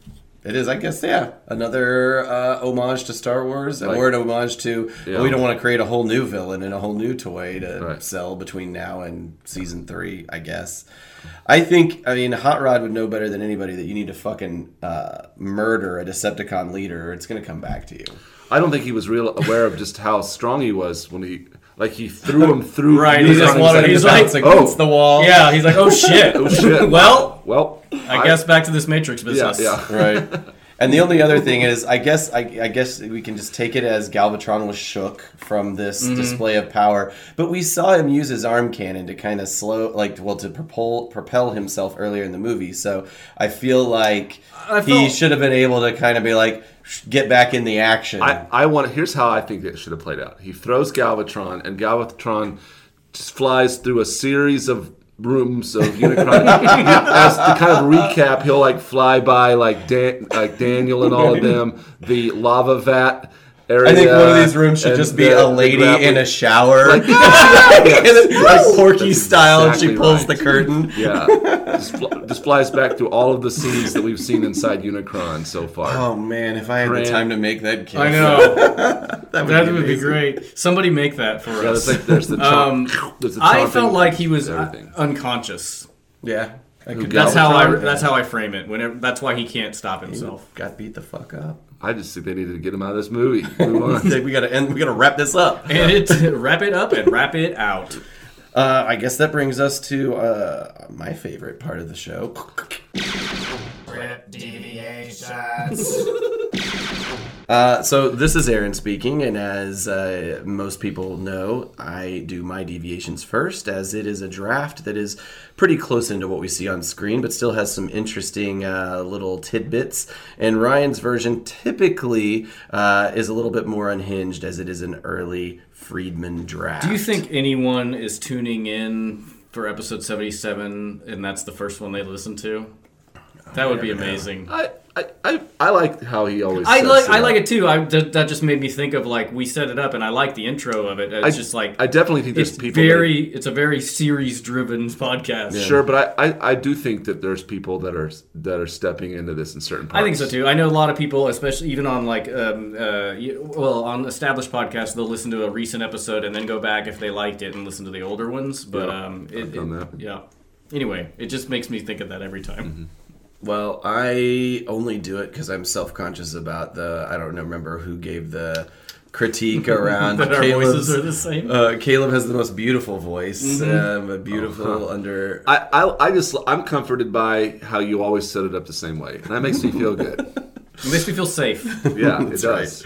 It is, I guess, yeah. Another uh, homage to Star Wars, or an homage to
Yeah.
we don't want to create a whole new villain and a whole new toy to
Right.
sell between now and season three, I guess. I think, I mean, Hot Rod would know better than anybody that you need to fucking uh, murder a Decepticon leader. or It's going to come back to you.
I don't think he was real aware of just how strong he was when he, like, he threw him through.
Right,
the
he just
design
wanted-
center.
he's like,
against the wall.
Yeah, he's like, oh shit. oh
shit.
(laughs) well,
well,
I, guess back to this Matrix
yeah,
business.
yeah.
Right. (laughs) And the only other thing is, I guess, I, I guess we can just take it as Galvatron was shook from this
Mm-hmm.
display of power. But we saw him use his arm cannon to kind of slow, like, well, to propel propel himself earlier in the movie. So I feel like
I
he
felt-
should have been able to kind of be like, "Shh, get back in the action.
I, I want. Here's how I think it should have played out. He throws Galvatron, and Galvatron just flies through a series of rooms of Unicron. As to kind of recap, he'll like fly by like Dan, like Daniel and all of them, the lava vat area.
I think one of these rooms should
and uh,
just be
the-
a
the
lady
grappling- (laughs)
in a (laughs) shower,
Like-
like Porky
That's
style. and
exactly
she pulls
right. (laughs)
the curtain.
Yeah, just, fl- just flies back through all of the scenes that we've seen inside Unicron so far.
Oh man, if I had
Grand-
the time to make that (laughs) case,
I know.
that would,
that
be,
would be
amazing.
great. Somebody make that for
Yeah,
us.
it's like there's the
Um,
chomp- there's the
I
chomping.
felt like he was uh,
everything.
unconscious.
Yeah, I could
That's how I.
Galvatron?
That's how I frame it. Whenever that's why he can't stop
(laughs)
himself.
got beat the fuck up. (laughs)
I just think they needed to get him out of this
(laughs)
movie. Move on.
Like, we gotta end. We gotta wrap this up.
And it (laughs) wrap it up and wrap it out.
Uh, I guess that brings us to uh, my favorite part of the show. (laughs) Uh, so this is Aaron speaking, and as uh, most people know, I do my deviations first, as it is a draft that is pretty close into what we see on screen, but still has some interesting uh, little tidbits. And Ryan's version typically uh, is a little bit more unhinged, as it is an early Friedman draft.
Do you think anyone is tuning in for episode 77 and that's the first one they listen to? That would be amazing.
I, I, I, I like how he always.
I
sets
like
it
I
up.
like it too. I that, that just made me think of like we set it up and I like the intro of it. It's
I
just like
I definitely think there's
it's
people. that-
very it's a very series driven (laughs) podcast.
Sure, but I, I, I do think that there's people that are that are stepping into this in certain parts.
I think so too. I know a lot of people, especially even on like, um, uh, y- well, on established podcasts, they'll listen to a recent episode and then go back if they liked it and listen to the older ones. But
Yeah,
um, it,
I've done
it-
that. Mm-hmm.
yeah. Anyway, it just makes me think of that every time.
Well, I only do it because I'm self conscious about the. I don't remember who gave the
(laughs)
critique around
That our
Caleb's-
voices are the same. Mm-hmm. Oh,
Uh, Caleb has the most beautiful voice. Um, a beautiful under.
I, I, I just I'm comforted by how you always set it up the same way, and that makes me feel
(laughs)
good.
It makes me feel safe. (laughs)
Yeah, it does.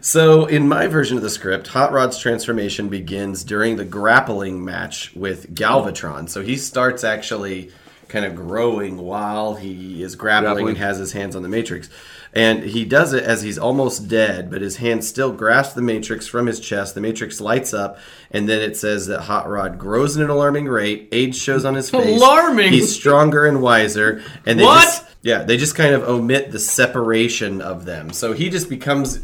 So, in my version of the script, Hot Rod's transformation begins during the grappling match with Galvatron. So he starts actually kind of growing while he is grappling,
Grappling.
and has his hands on the Matrix. And he does it as he's almost dead, but his hands still grasp the Matrix from his chest. The Matrix lights up, and then it says that Hot Rod grows at an alarming rate. Age shows on his face.
Alarming.
He's stronger and wiser. And they
What?
Just, yeah, they just kind of omit the separation of them. So he just becomes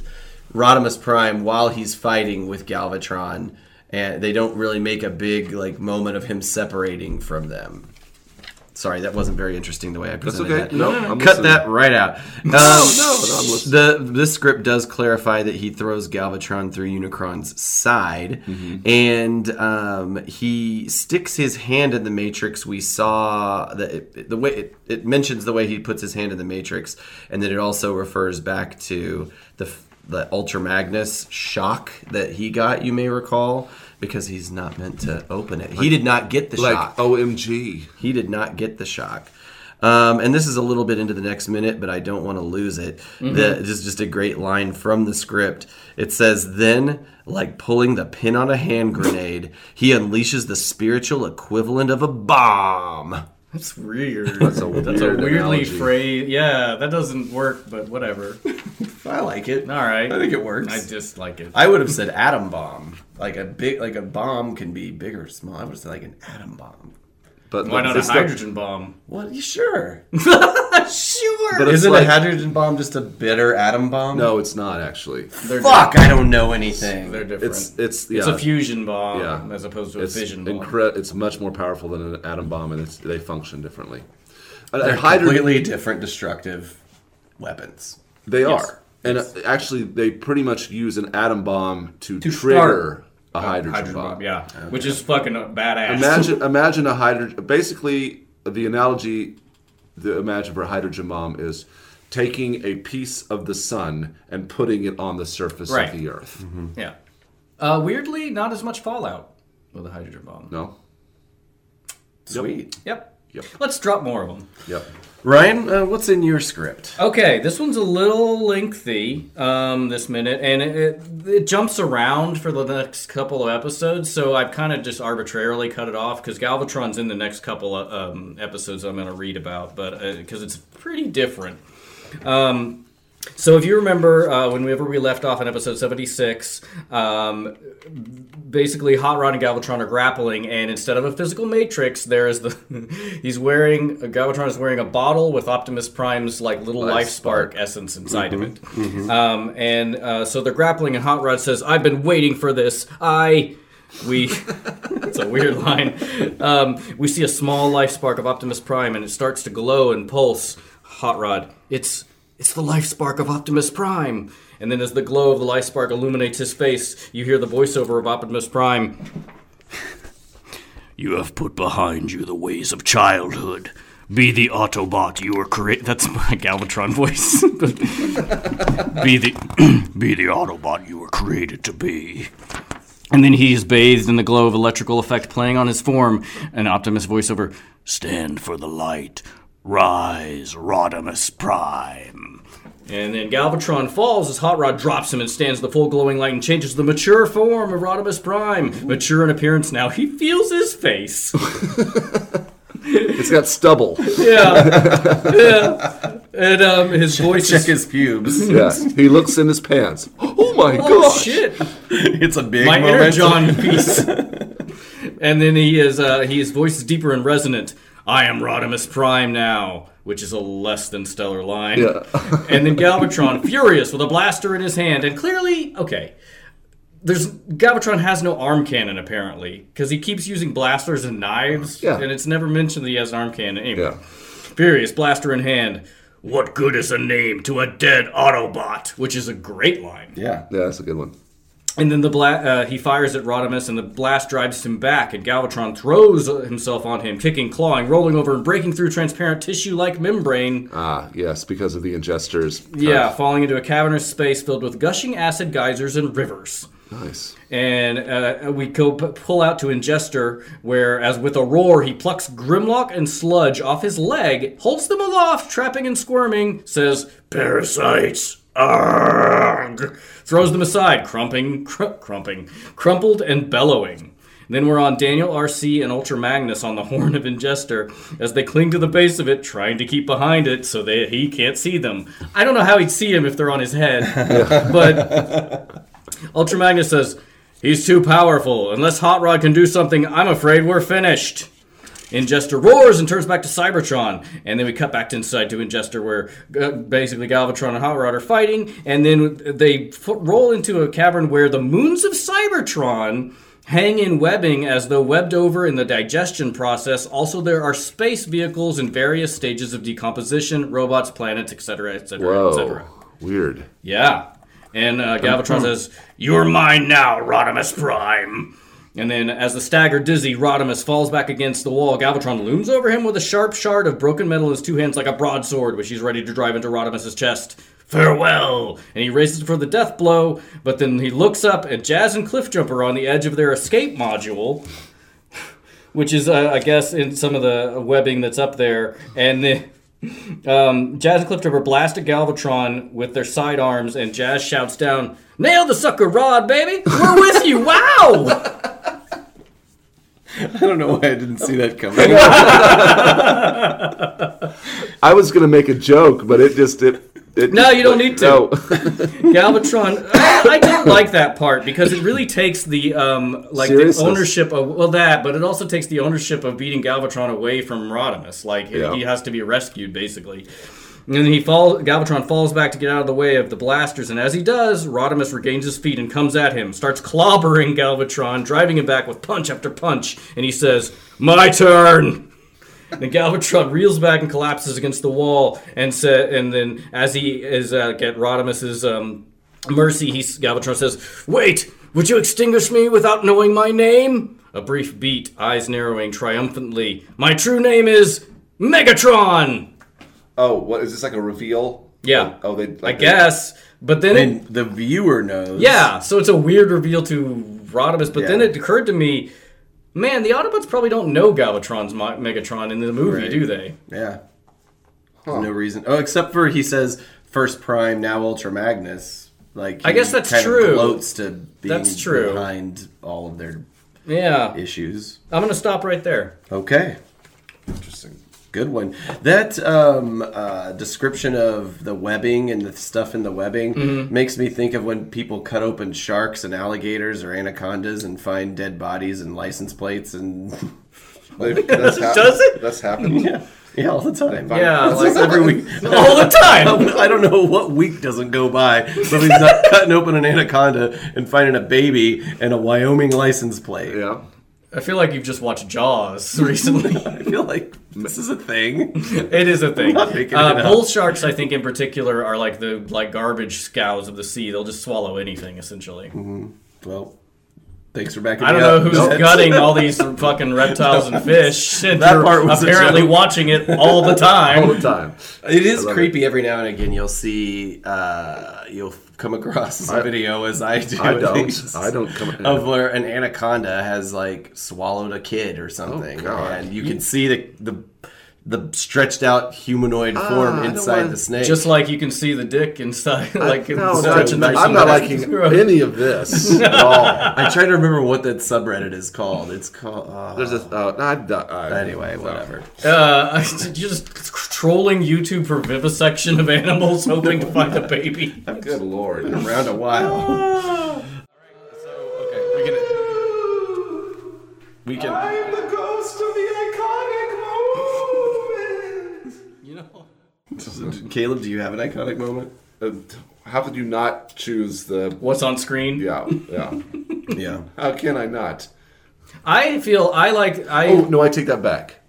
Rodimus Prime while he's fighting with Galvatron, and they don't really make a big like moment of him separating from them. Sorry, that wasn't very interesting the way I
That's
presented
okay.
that.
No, I'm
Cut
listening.
that right out. Um,
no, no, I'm listening.
the this script does clarify that he throws Galvatron through Unicron's side,
Mm-hmm.
and um, he sticks his hand in the Matrix. We saw that it, the way it, it mentions the way he puts his hand in the Matrix, and then it also refers back to the f- the Ultra Magnus shock that he got. You may recall because he's not meant to open it. He did not get the
Like
shock.
OMG,
He did not get the shock. Um, and this is a little bit into the next minute, but I don't want to lose it.
Mm-hmm.
The, this is just a great line from the script. It says, Then, like pulling the pin on a hand grenade, he unleashes the spiritual equivalent of a bomb.
That's weird.
that's a weird
That's a weirdly
analogy.
phrased. Yeah, that doesn't work, but whatever.
I like it.
All right.
I think it works.
I just like it.
I would have said atom bomb. Like a big, like a bomb can be big or small. I would have said like an atom bomb.
But
Why not a
it's
hydrogen bomb?
What?
(laughs)
You sure?
Sure.
But it's
Isn't
like-
a hydrogen bomb just a bitter atom bomb?
No, it's not actually.
They're
Fuck! I don't know anything.
They're different.
It's it's
It's,
yeah.
a fusion bomb
Yeah.
as opposed to a
It's
fission bomb.
incre- It's much more powerful than an atom bomb, and it's, they function differently. A- a
They're
hydrogen-
completely different destructive weapons.
They are. And uh, actually, they pretty much use an atom bomb to,
start
trigger a hydrogen,
hydrogen
bomb.
bomb, yeah, which is fucking badass.
Imagine, imagine a hydrogen. Basically, the analogy, the imagine for a hydrogen bomb is taking a piece of the sun and putting it on the surface
Right.
of the earth.
yeah. Uh, weirdly, not as much fallout with a hydrogen bomb.
No.
Sweet.
Yep.
Yep.
Let's drop more of them.
Yep.
Ryan, uh, what's in your script?
Okay, this one's a little lengthy um, this minute, and it, it, it jumps around for the next couple of episodes. So I've kind of just arbitrarily cut it off because Galvatron's in the next couple of uh, um, episodes I'm going to read about, but because it's pretty different. Um, So if you remember, uh, whenever we left off in episode 76, um, basically Hot Rod and Galvatron are grappling, and instead of a physical matrix, there is the (laughs) he's wearing Galvatron is wearing a bottle with Optimus Prime's like little life spark, Mm-hmm. essence inside of it, um, and uh, so they're grappling, and Hot Rod says, "I've been waiting for this. I." We, it's a weird line. Um, we see a small life spark of Optimus Prime, and it starts to glow and pulse. Hot Rod, it's it's the life spark of Optimus Prime. And then, as the glow of the life spark illuminates his face, you hear the voiceover of Optimus Prime.
You have put behind you the ways of childhood. Be the Autobot you were created. That's my Galvatron voice. (laughs) be the (clears throat) be the Autobot you were created to be. And then he is bathed in the glow of electrical effect playing on his form. An Optimus voiceover: Stand for the light. Rise, Rodimus Prime.
And then Galvatron falls as Hot Rod drops him and stands in the full glowing light and changes to the mature form of Rodimus Prime. Mature in appearance now, he feels his face. (laughs)
It's got stubble.
yeah. Yeah. And um, his voice
Check
is.
his
(laughs)
pubes.
(laughs) yeah. He looks in his pants. (gasps) Oh my
Oh,
gosh.
shit.
it's a big
my inner
moment.
(laughs)
John piece. and then he is uh, he his voice is deeper and resonant. I am Rodimus Prime now, which is a less than stellar line.
Yeah.
(laughs) and then Galvatron, furious with a blaster in his hand, and clearly okay. There's Galvatron has no arm cannon apparently because he keeps using blasters and knives,
Yeah.
and it's never mentioned that he has an arm cannon. Anyway,
Yeah.
furious, blaster in hand. What good is a name to a dead Autobot? Which is a great line.
Yeah. (laughs)
Yeah, that's a good one.
And then the bla- uh, he fires at Rodimus, and the blast drives him back. And Galvatron throws himself on him, kicking, clawing, rolling over, and breaking through transparent tissue-like membrane.
Ah, yes, because of the ingesters.
yeah, falling into a cavernous space filled with gushing acid geysers and rivers.
Nice.
And uh, we go p- pull out to Ingester, where, as with a roar, he plucks Grimlock and Sludge off his leg, holds them aloft, trapping and squirming, says, Parasites! Arrgh! Throws them aside, crumping, cr- crumping, crumpled and bellowing. Then we're on Daniel RC and Ultra Magnus on the (laughs) horn of Ingester as they cling to the base of it, trying to keep behind it so that he can't see them. I don't know how he'd see him if they're on his head, but Ultra Magnus says, He's too powerful. Unless Hot Rod can do something, I'm afraid we're finished. Ingester roars and turns back to Cybertron. And then we cut back to inside to Ingester, where uh, basically Galvatron and Hot Rod are fighting. And then they f- roll into a cavern where the moons of Cybertron hang in webbing as though webbed over in the digestion process. Also, there are space vehicles in various stages of decomposition, robots, planets, etc., etc.,
Whoa.
etc.
Weird.
Yeah. And uh, Galvatron says, You're mine now, Rodimus Prime. And then, as the stagger dizzy, Rodimus falls back against the wall. Galvatron looms over him with a sharp shard of broken metal in his two hands like a broadsword, which he's ready to drive into Rodimus's chest. Farewell! And he races for the death blow, but then he looks up at Jazz and Cliffjumper are on the edge of their escape module, which is, uh, I guess, in some of the webbing that's up there. And then. Um, Jazz and Cliftover blast at Galvatron with their sidearms, and Jazz shouts down, Nail the sucker rod, baby! We're with you! Wow!
I don't know why I didn't see that coming.
I was gonna make a joke, but it just it. it
No, you don't need to.
No.
Galvatron, I don't like that part because it really takes the um, like the
Seriousness.
ownership of well that, but it also takes the ownership of beating Galvatron away from Rodimus. Like he-
Yeah.
he has to be rescued basically. And then he falls. Galvatron falls back to get out of the way of the blasters, and as he does, Rodimus regains his feet and comes at him, starts clobbering Galvatron, driving him back with punch after punch, and he says, "My turn." And (laughs) Galvatron reels back and collapses against the wall, and sa- and then as he is uh, at Rodimus's um, mercy, he Galvatron says, "Wait, would you extinguish me without knowing my name?" A brief beat, eyes narrowing triumphantly. My true name is Megatron.
(laughs) Oh, what is this like a reveal?
Yeah.
Oh, they. Like
I guess, but then it,
and the viewer knows.
yeah, so it's a weird reveal to Rodimus. But then
Yeah.
it occurred to me, man, the Autobots probably don't know Galvatron's Mo- Megatron in the movie,
Right.
do they?
Yeah. There's No reason. Oh, except for he says first prime, now ultra magnus. Like
I
he
guess that's
kind
true.
Of gloats to being
That's true.
behind all of their
Yeah,
issues.
I'm gonna stop right there.
Okay.
Interesting.
Good one. That um, uh, description of the webbing and the stuff in the webbing
Mm-hmm.
makes me think of when people cut open sharks and alligators or anacondas and find dead bodies and license plates and (laughs)
Like, that's happened.
Does it?
That's happened.
yeah, yeah, all the time. (laughs)
Yeah, (laughs) like
every week.
all the time.
(laughs) I don't know what week doesn't go by somebody's not (laughs) cutting open an anaconda and finding a baby and a Wyoming license plate.
Yeah.
I feel like you've just watched Jaws (laughs) recently.
(laughs) I feel like this is a
(laughs)
thing.
it is a
(laughs)
thing.
not making it
Uh,
up.
bull sharks, I think, in particular, are like the like garbage scows of the sea. They'll just swallow anything essentially.
Mm-hmm. Well, thanks for backing
I don't
me
know
up.
who's
Nope.
gutting all
(laughs)
these fucking reptiles and fish. And
that
you're
part was a
apparently
joke. Oh,
watching it
(laughs)
all the
All
time.
the time.
It is
love it.
creepy every now and again. You'll see, uh, you'll come across a (laughs) video as I do.
I
at
don't.
least,
I don't
(laughs)
come-
of where an anaconda has like swallowed a kid or something,
Oh, God.
and you can see the the the stretched out humanoid
Ah, I
form
don't
inside
wanna-
the snake.
Just like you can see the dick inside, (laughs) like
No, no,
stretching
I'm,
their
I'm not
(laughs)
somewhere. (laughs)
liking any of this at all.
I try to remember what that subreddit is called. It's called. Uh,
There's a. Oh. Uh, I, I,
anyway, whatever.
Uh, (laughs) just trolling YouTube for vivisection of animals, hoping to find a baby.
Good lord.
Around a while.
Okay, we can.
We can.
You know,
Ah.
(laughs) Caleb, do you have an iconic moment?
Uh, How could you not choose the? (laughs)
what's on screen?
Yeah, yeah.
Yeah.
How can I not?
I feel I like I.
Oh no, I take that back.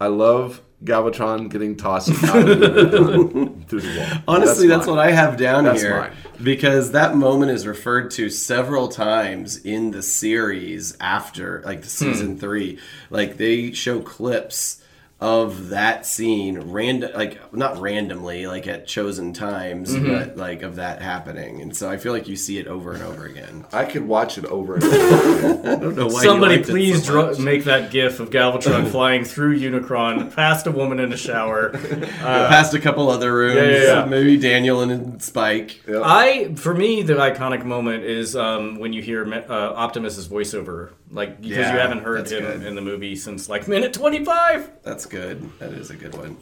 I love Galvatron getting tossed
(laughs)
out of the through the wall.
Honestly, that's,
mine.
what I have down
That's
here
mine.
because that moment is referred to several times in the series after, like the season three. Like they show clips of that scene, random, like not randomly, like at chosen times, but like of that happening. And so I feel like you see it over and over again.
I could watch it over (laughs) and over. again.
I don't know why. you
Somebody
liked it
please
so
draw,
much.
make that gif
(laughs)
of Galvatron flying through Unicron past a woman in a shower.
past a couple other rooms.
yeah, yeah.
Maybe Daniel and Spike.
I, for me, the iconic moment is um, when you hear uh, Optimus's voiceover, like because
Yeah,
you haven't heard
that's
him
good.
in the movie since like minute twenty-five.
That's good. That is a good one.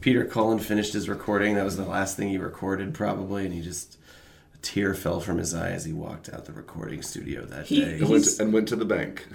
Peter Cullen finished his recording. That was the last thing he recorded, probably, and he just a tear fell from his eye as he walked out the recording studio that
He-
day.
and, went to, and went to the bank.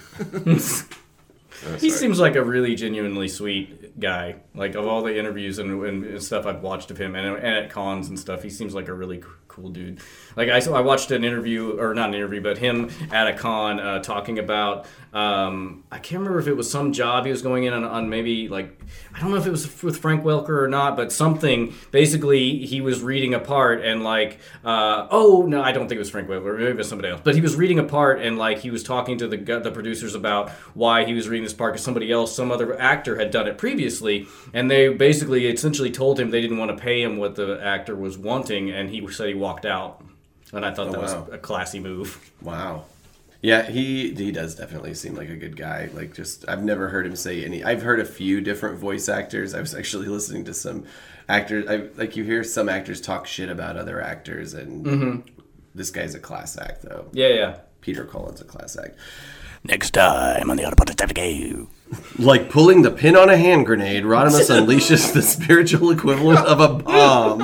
He seems like a really genuinely sweet guy. Like of all the interviews and, and stuff I've watched of him, and, and at cons and stuff, he seems like a really c- cool dude. Like I, saw- I watched an interview, or not an interview, but him at a con uh, talking about. Um, I can't remember if it was some job he was going in on, on maybe like I don't know if it was with Frank Welker or not, but something. Basically, he was reading a part and like, uh, oh no, I don't think it was Frank Welker. Maybe it was somebody else. But he was reading a part and like he was talking to the gu- the producers about why he was reading this part because somebody else, some other actor, had done it previously, and they basically essentially told him they didn't want to pay him what the actor was wanting, and he said he walked out. And I thought that
wow.
was a classy move.
Wow. Yeah, he he does definitely seem like a good guy. Like just I've never heard him say any I've heard a few different voice actors. I was actually (laughs) listening to some actors I like you hear some actors talk shit about other actors and this guy's a class act though.
Yeah, yeah. (laughs)
Peter Cullen's a class act.
Next time on the Autobot Detective Game.
Like pulling the pin on a hand grenade,
(laughs)
Rodimus unleashes the spiritual equivalent of a bomb.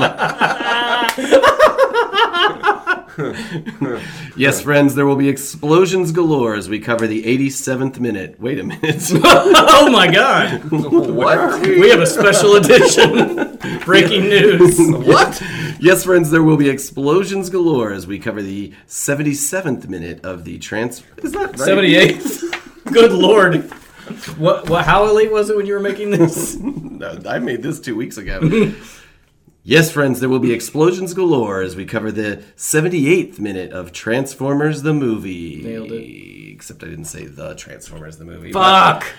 yes, friends, there will be explosions galore as we cover the 87th minute. Wait
(laughs)
a minute.
oh my god,
What?
we have a special edition. Breaking news.
what? Yes, friends, there will be explosions galore as we cover the 77th minute of the trans. Is that right?
78th. (laughs) Good lord. What, what, how late was it when you were
(laughs)
making this?
No, I made this two weeks ago. (laughs) yes, friends, there will be explosions galore as we cover the 78th minute of Transformers the movie.
Nailed
Except I didn't say the Transformers the movie. but-
Fuck.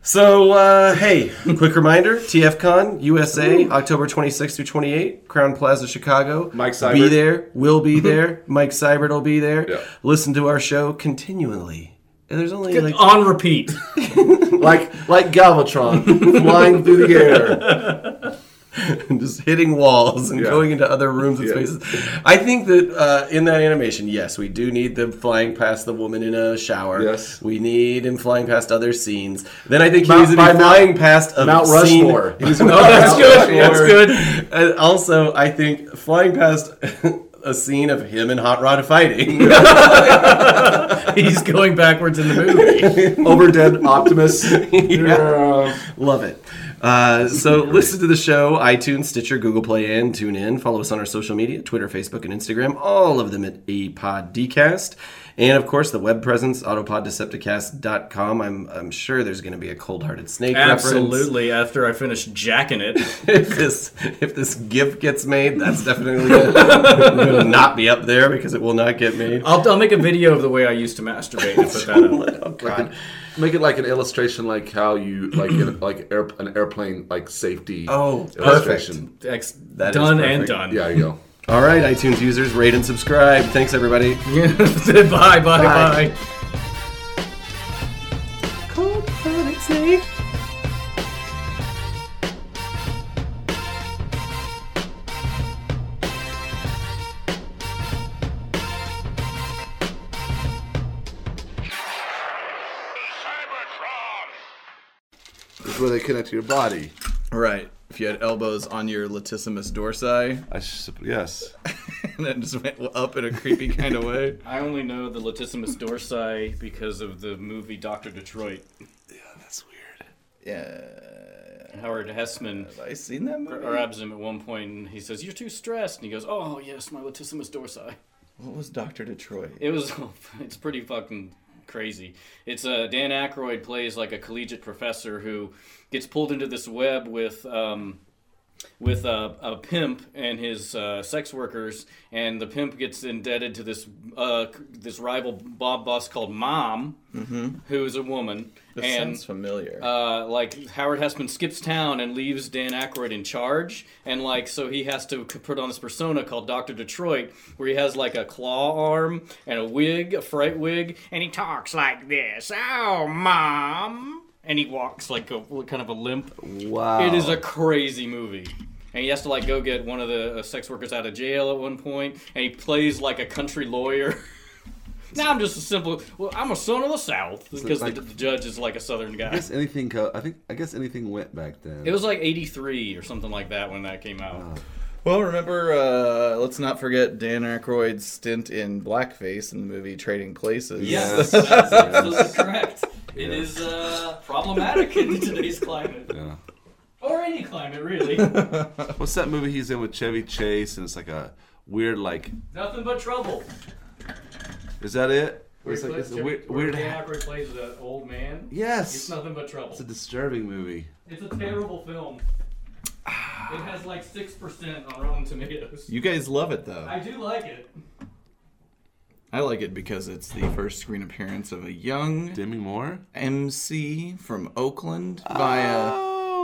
So, uh, hey, (laughs) quick reminder TFCon USA, October 26th through 28th, Crown Plaza, Chicago.
Mike Seibert.
Be there.
(laughs)
Will be there. Mike Seibert will be there.
Yeah.
Listen to our show continually. And there's only
Oh,
like
On repeat.
(laughs) Like like Galvatron flying through the air.
and (laughs) just hitting walls and
Yeah.
going into other rooms and
Yeah.
spaces. I think that uh, in that animation, yes, we do need them flying past the woman in a shower.
Yes.
we need him flying past other scenes. Then I think he
Mount-
needs to be
by Mount-
flying past a
Mount
scene. (laughs)
Rushmore. He was-
oh,
(laughs)
that's
Mount
good.
Rushmore.
That's good. And uh, also, I think flying past. (laughs) A scene of him and Hot
(laughs)
Rod fighting.
He's going backwards in the (laughs) movie.
Over dead
(laughs)
Optimus. yeah.
Love it. Uh, so listen to the show, iTunes, Stitcher, Google Play, and tune in. Follow us on our social media, Twitter, Facebook, and Instagram, all of them at APODcast. And of course, the web presence, autopoddecepticast.com. I'm, I'm sure there's going to be a cold hearted snake reference.
Absolutely. After I finish jacking
(laughs)
it,
If this, if this GIF gets made, that's definitely going to not be up there because it will not get made.
I'll, I'll make a video of the way I used to masturbate and put that
(laughs)
up.
Oh, God.
Make it like an illustration, like how you like in, like air, an airplane like safety.
Oh,
illustration.
Ex-
That is
done and
perfect.
done.
Yeah, you go.
All right, iTunes users, rate and subscribe. Thanks, everybody.
(laughs) bye, bye, bye.
Cold hearted snake.
Cybertron!
It's where they connect to your body.
Right. If you had elbows on your latissimus dorsi,
I should, yes.
(laughs) and then just went up in a creepy kind of way.
I only know the latissimus dorsi because of the movie Doctor Detroit.
Yeah.
Howard Hessman
Have I seen that movie?
grabs him at one point and he says, "You're too stressed," and he goes, "Oh yes, my latissimus dorsi."
What was Doctor Detroit?
It was (laughs) it's pretty fucking crazy. It's uh, Dan Aykroyd plays like a collegiate professor who gets pulled into this web with um, with a, a pimp and his uh, sex workers, and the pimp gets indebted to this uh, c- this rival mob boss called Mom, who is a woman,
That
and
sounds familiar.
uh, like Howard Hessman skips town and leaves Dan Aykroyd in charge, and like so he has to c- put on this persona called Doctor Detroit, where he has like a claw arm and a wig, a fright wig, and he talks like this. Oh, mom. And he walks like a kind of a limp. Wow! It is a crazy movie, and he has to like go get one of the uh, sex workers out of jail at one point, and he plays like a country lawyer. (laughs) now I'm just a simple. Well, I'm a son of the South because
like-
the, the judge is like a Southern
I
guy.
guess anything. co- I think. I guess anything went back then.
It was like 83 or something like that when that came
Oh,
out.
well, remember, uh, let's not forget Dan Aykroyd's stint in blackface in the movie Trading Places.
Yes.
that's absolutely correct. It is uh, problematic in today's climate.
Yeah.
Or any
(laughs)
climate, really.
What's that movie he's in with Chevy Chase? And it's like a weird like.
Nothing but trouble.
Is that it?
Where
It's like it's a weird.
where
weird
Dan
ha-
Aykroyd plays an old man. It's
yes.
nothing but trouble.
It's a disturbing movie.
It's a terrible
(sighs)
film. It has like 6% on Rotten Tomatoes.
You guys love it, though.
I do like it.
I like it because it's the first screen appearance of a young
Demi Moore.
MC from Oakland via,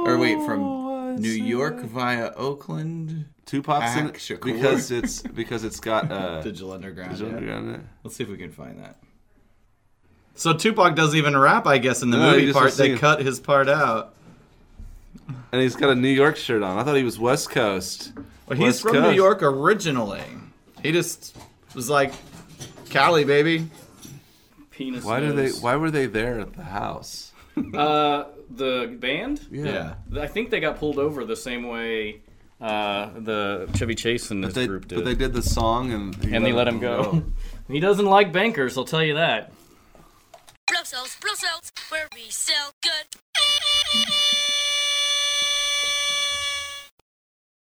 or wait,
Oh,
from New York via Oakland.
Tupac's in
Action.
it because it's because it's got uh,
Digital Underground.
Digital
yeah.
Underground in it.
Let's see if we can find that. So Tupac doesn't even rap, I guess, in the
No, he
movie
just
part.
was
They
singing.
cut his part out.
and he's got a New York shirt on. I thought he was West Coast.
But he's
West
from New
Coast.
York originally. He just was like, Cali, baby.
Penis.
Why do they?
nose.
Why were they there at the house?
Uh, the band?
Yeah.
I think they got pulled over the same way uh, the Chevy Chase and his
They,
group did.
but they did the song and
and they let him go. (laughs) he doesn't like bankers, I'll tell you that.
Blow cells, blow cells, where we sell good.